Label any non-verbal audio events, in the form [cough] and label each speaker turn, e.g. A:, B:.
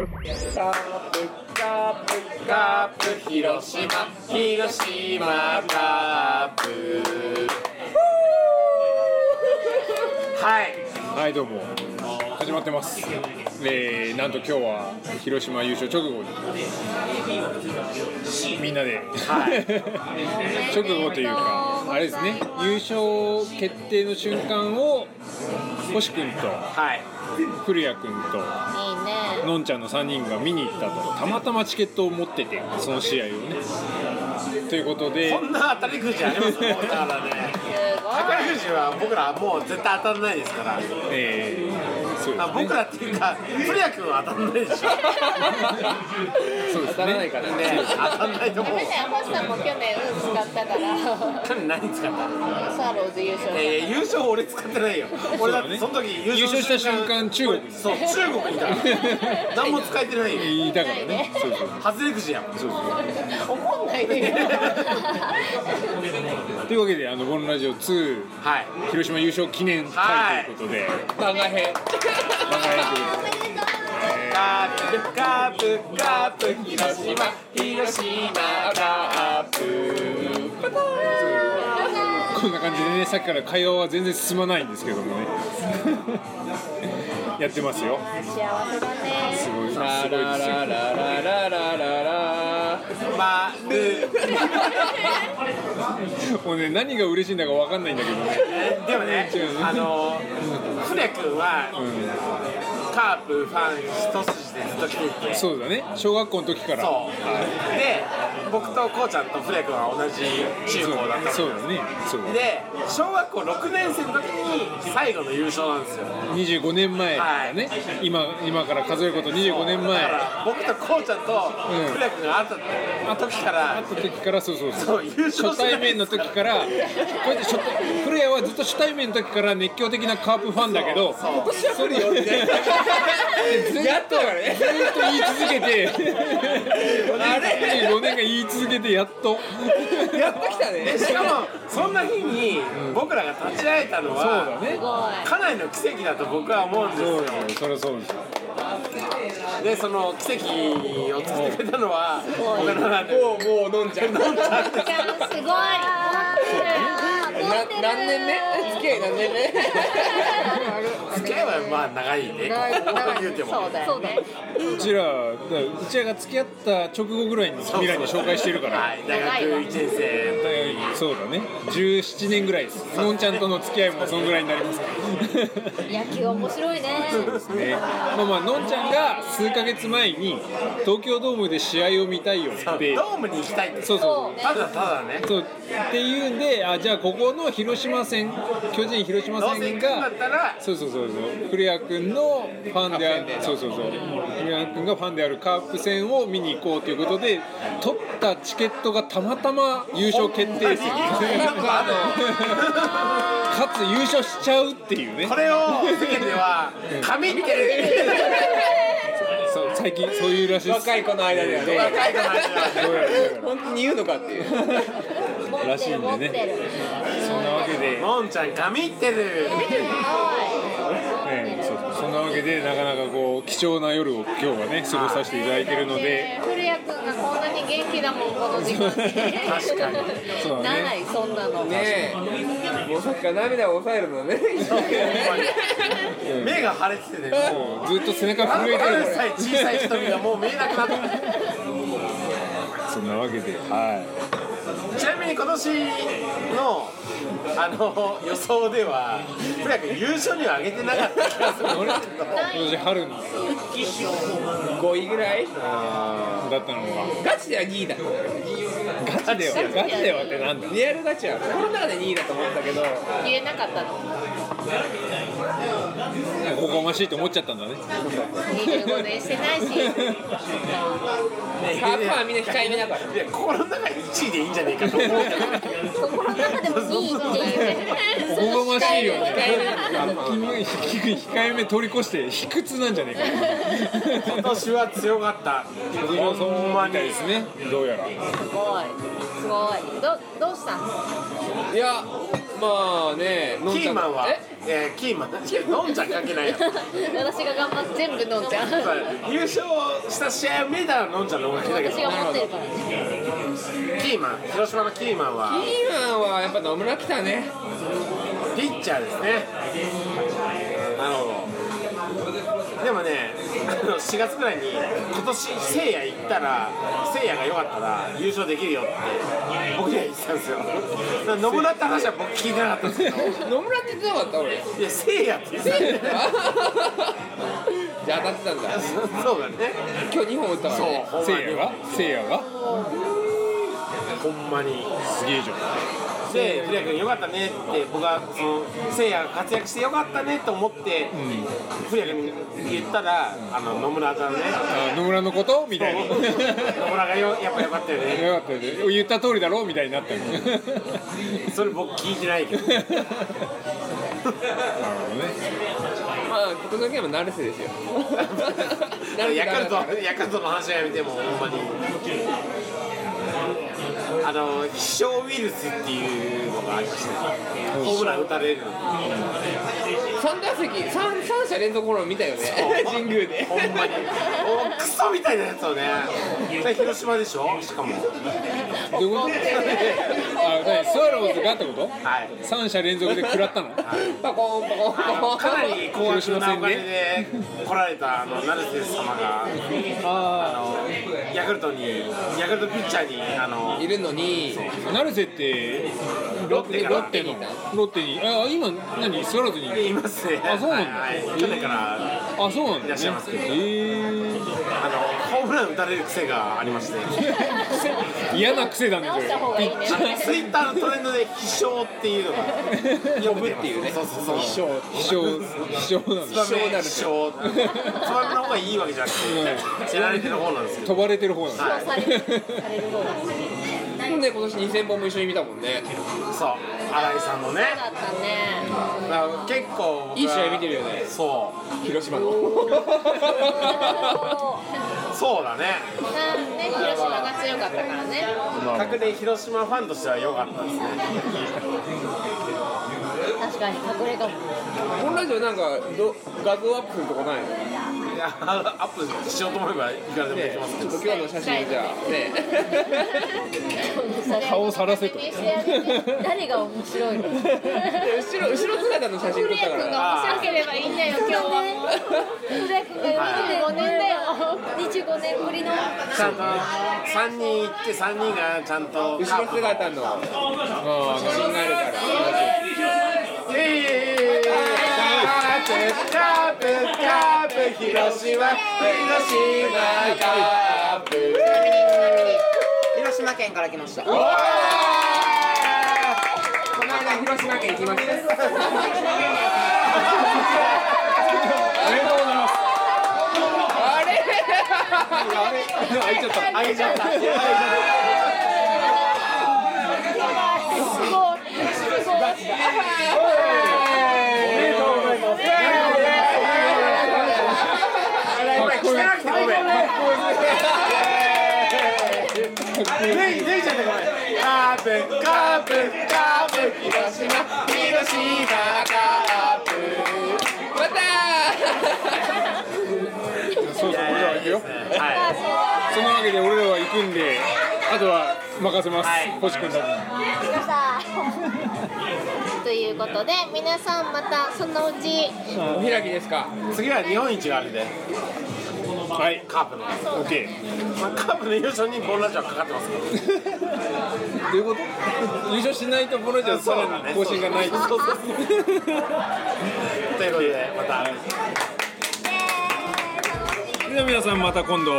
A: カップカップカップ広島広島カップはい
B: はいどうも始まってますえー、なんと今日は広島優勝直後にみんなで、直後というかあれですね優勝決定の瞬間を星君と
A: はい
B: 古谷君と
C: いいね
B: のんちゃんの3人が見に行ったとたまたまチケットを持っててその試合をねということで
A: こんな当たりくじありますもうだからね
C: す
A: 宝くじは僕らもう絶対当たんないですから
B: えー、そうです
A: あ
B: ね
A: 僕らっていうか古谷君は当たんないでし
B: [laughs]
A: ょ
B: そうですね
A: ね当たんないと
C: ご
A: 思
C: めん
A: う
C: なさい星さんも去年運使ったから
A: 去年何使った
C: スワローズ優 [laughs] 勝
A: え優勝俺使ってないよ俺だってその時優
B: 優
A: 勝
B: 勝した瞬間中国に
A: そう中国にいたから何も使えてないよ
B: いたからねそうそう
A: 外れくじやもん
B: そうそう
C: 怒んないでよ
B: というわけで、あのボンラジオ2
A: はい
B: 広島優勝記念会ということで、
D: 番外編
B: 番外編というこ
A: カープカープカープ広島広島カープ
B: とでこんな感じでね、さっきから会話は全然進まないんですけどもね、 [laughs] やってますよ、
C: 幸せだ
B: す
C: ね
B: ごい、すごい
D: ララ
B: ですよ。
D: ラララララララ
A: まる
B: もうね、何が嬉しいんだかわかんないんだけどね、
A: でもねあの古谷君は
B: う
A: カープファン一筋でずっと来ていて
B: ん、そうだね、小学校の時から、
A: そうで僕とこうちゃんと古谷君は同じ中高だった
B: そう
A: の
B: だね、そうだね、
A: で小学校6年生の時に最後の優勝なんですよ
B: 25年前だね、今今から数えること25年
A: だか
B: 前、
A: ら僕とこうちゃんと
B: ん
A: 古谷君が会った時から
B: 会った時からそうそうそう
A: そう優勝してない
B: 初対面の時からこうやって初対古谷はずっと初対面の時から熱狂的なカープファンだけど
A: そう
B: それをずっと
D: ラやっとだね
B: 言い続けて25年が言い続けてやっと
D: やっときたね
A: でしかもそんな日に僕らが立ち会えたのは
B: ね
C: すごい
A: かなりの奇跡だと僕は思うんですよ
B: そりゃそうですよ
A: でその奇跡を作ってくれたのは僕の中で
D: もうもう飲んじゃう飲んじゃう
C: しかもすごい覚えてる
D: 何年目付き合い何年
A: 付き合いはまあ長いねここ言うても
C: そうだ [laughs] よね
B: うちらだからうちらが付き合った直後ぐらいに未来に紹介してるから
A: はい大学1年生
B: そうだね17年ぐらいですのんちゃんとの付き合いもそんぐらいになります
C: 野球面白いね
B: ね、まあまあのんちゃんが数ヶ月前に東京ドームで試合を見たいよって
A: ドームに行きたいって
B: そう
C: そ
B: そうう
C: ね
A: ただただね
B: そうっていうんであじゃあここの広島戦巨人広島
A: どうせ行
B: 戦
A: くんだ
B: が
A: ったら
B: そうそうそうそう古谷君のファンであるそうそうそう古谷君がファンであるカープ戦を見に行こうということで取ったチケットがたまたま優勝決定戦
A: なんか
B: かつ優勝しちゃうっていうね
A: これを世間では神ってる
B: そう最近そういうらしいです
D: 若い子の間ではね
A: 若い子の話だ
B: どうやらどうやら
D: 本当に言うのかっていう
C: 持
B: ら
C: っ
B: してい
C: る
B: ん
C: 持
B: で
C: って
B: ね
C: る [laughs]
B: そんなわけで
A: のんちゃん神ってる
B: ええそうそんなわけでなかなかこう貴重な夜を今日はね過ごさせていただいてるので
C: ね古谷君がこんなに元気だもんこの時間
A: 確かに
B: そうだね
C: ないそんなの
D: ねえもうさっきから涙を抑えるのね
A: 目が腫れててね
B: もうずっと背中
A: あ
B: 震えて
A: る
B: る
A: さい小さい瞳がもう見えなくなった
B: そんなわけでは
A: ちなみに今年のあの予想では古谷君優勝には上げてなかった気がするんですけど
B: い今年春だった
D: 5位ぐらい
B: のが
D: ガチでは2位だったんだよね
B: ガチではガチではってなんだ
D: リアルガチは心の中で2位だと思ったけど
C: 言えなかったの
B: おこがましいと思っちゃったんだね
C: 25
B: [laughs]
C: 年してないし
D: カープはみんな控えめだから
A: いや心の中1位でいいんじゃねえかと思う
C: 心の中でも2位っていうね
B: おこがましいよね
C: 控えめだから
B: 控えめ通り越して卑屈なんじゃねえか
A: 今年は強かった
B: 僕もそう思いたいですねどうやら
C: すごいすごいどどうしたの
D: いやまあねのんちゃん
A: キーマンは
D: え
A: えーキーマン飲んじゃかけないやつ
C: 私が頑張って全部飲んじゃう
A: 優勝した試合を見たら飲んじゃ飲まないんだけ
C: 私
A: ど
C: が持ってるからね
A: キーマン広島のキーマンは
D: ーマンはやっぱ野村来たね
A: ピッチャーですねなるほどでもねあの4月ぐらいに今年聖夜行ったら聖夜が良かったら優勝できるよって僕には言ってたんですよだから野村って話は僕聞いてなかったんですけど
D: 野村って言ってなかった [laughs] 俺
A: いや聖夜って言ってたんだよね
D: じゃあ当たってたんだ
A: そうだね
D: 今日2本打ったからね
A: ほんま
B: せいや
A: に
B: がせいやが
A: ほんまに
B: すげえじゃん
A: で、古谷君よかったねって僕はその聖夜が活躍してよかったねと思って古谷君に言ったらあの野村さんね
B: あ野村のことみたいなよか
A: 野村がよやっぱよかったよね
B: ったよね言った通りだろみたいになったのなる
A: それ僕聞いて
B: [laughs]
A: ないけど
B: ほどね
D: まあ今年のゲームは成瀬です [laughs] よ成瀬
A: ヤクル
D: が
A: トヤクルトの話はやめてもほんまにあの飛翔ウイルスっていうのがありましてホームラン打たれる
D: 三打席三三者連続ホームラン見たよね神宮で
A: ほんまにおクソみたいなやつをねそれ広島でしょしか
B: [laughs]
A: も
B: どういうことあ何スワローズがってこと
A: はい
B: 三者連続で食らったの
D: パコンパコンパコン
A: かなり高額なお金で来られたあの成瀬様が
B: あ
A: ヤクルトにヤクルトピッチャーにあの
D: いるのに
B: あ成瀬って
A: ロッテから
B: ロッテの
D: ロッテにい
B: ロッテにあ今何スワローズに
A: いますね
B: あそうなんだ
A: はいはい去年から
B: あそうなん
A: いら
B: だ
A: っ
B: ね
A: しゃいますけど
B: え
A: あのホームラン打たれる癖がありまして
B: ー、嫌な癖だね
C: 直した方
B: そ
C: が
B: [laughs]
C: い
B: れ
C: いね
A: ツイッターのトレンドで「飛翔」っていうのが呼ぶっていうねそうそうそう飛翔
B: 飛翔飛翔なんだ
A: ツバメ飛翔ツバメの方がいいわけじゃなくて知られてる方なんですけど
B: 飛ばれてる方なんだ
A: はい
C: されされる方が好き
D: もうね今年2000本も一緒に見たもんね
A: そう新井さんのね
C: だった
B: [laughs]
C: ね
A: だから結構僕はい
D: い試合見てるよね
A: そ
D: 広島の
A: うそうだね
C: こんなね広島が強かったからね
A: 昨年広島ファンとしては良かったですね
C: 確かに隠れかも
D: このラジオなんかど画像アップするとこないのね
A: いやアップしようと思えばいくらでもできますけ
D: ちょっ
A: ど
D: と今日の写真じゃあね
B: 顔を晒せと
C: 誰が面白いの古
D: で後ろ後ろ姿の写
C: 谷
D: 真撮ったか
C: 君
D: ら
C: が面白ければいいんだよ今日は古谷君が25年だよ25年ぶりの
A: ちゃんと3人行って3人がちゃんと
D: 後ろ姿の
B: あ
D: 写真があるから
A: イエーイカープカープカープ広島広島カープ
E: 広島県から来ました。
A: お
D: この間広島県行きま
B: あ
D: した
B: りがとうございます
D: あれ
B: 開いちゃった
A: ーあげちゃったあげちゃったおめでとうございますごめんごめん汚くてごめん
C: すごいすごい
A: 脱い脱いじゃってごめんカープカープカープ広島広島カープ
D: また
B: そうそう俺らは行くよ
A: はい
B: そのわけで俺らは行くんであとは任せます、
A: はい
B: 星君たちに
C: [laughs] ということで皆さんまたそのうち
D: お開きですか
A: 次は日本一があるんで
B: はい
A: カープの、ま
B: OK
A: あ、カープの優勝にボンラジオかかってますけど
B: どういうこと優勝しないところじゃさらに更新がない
A: そうそうそうということでまた
B: では皆さんまた今度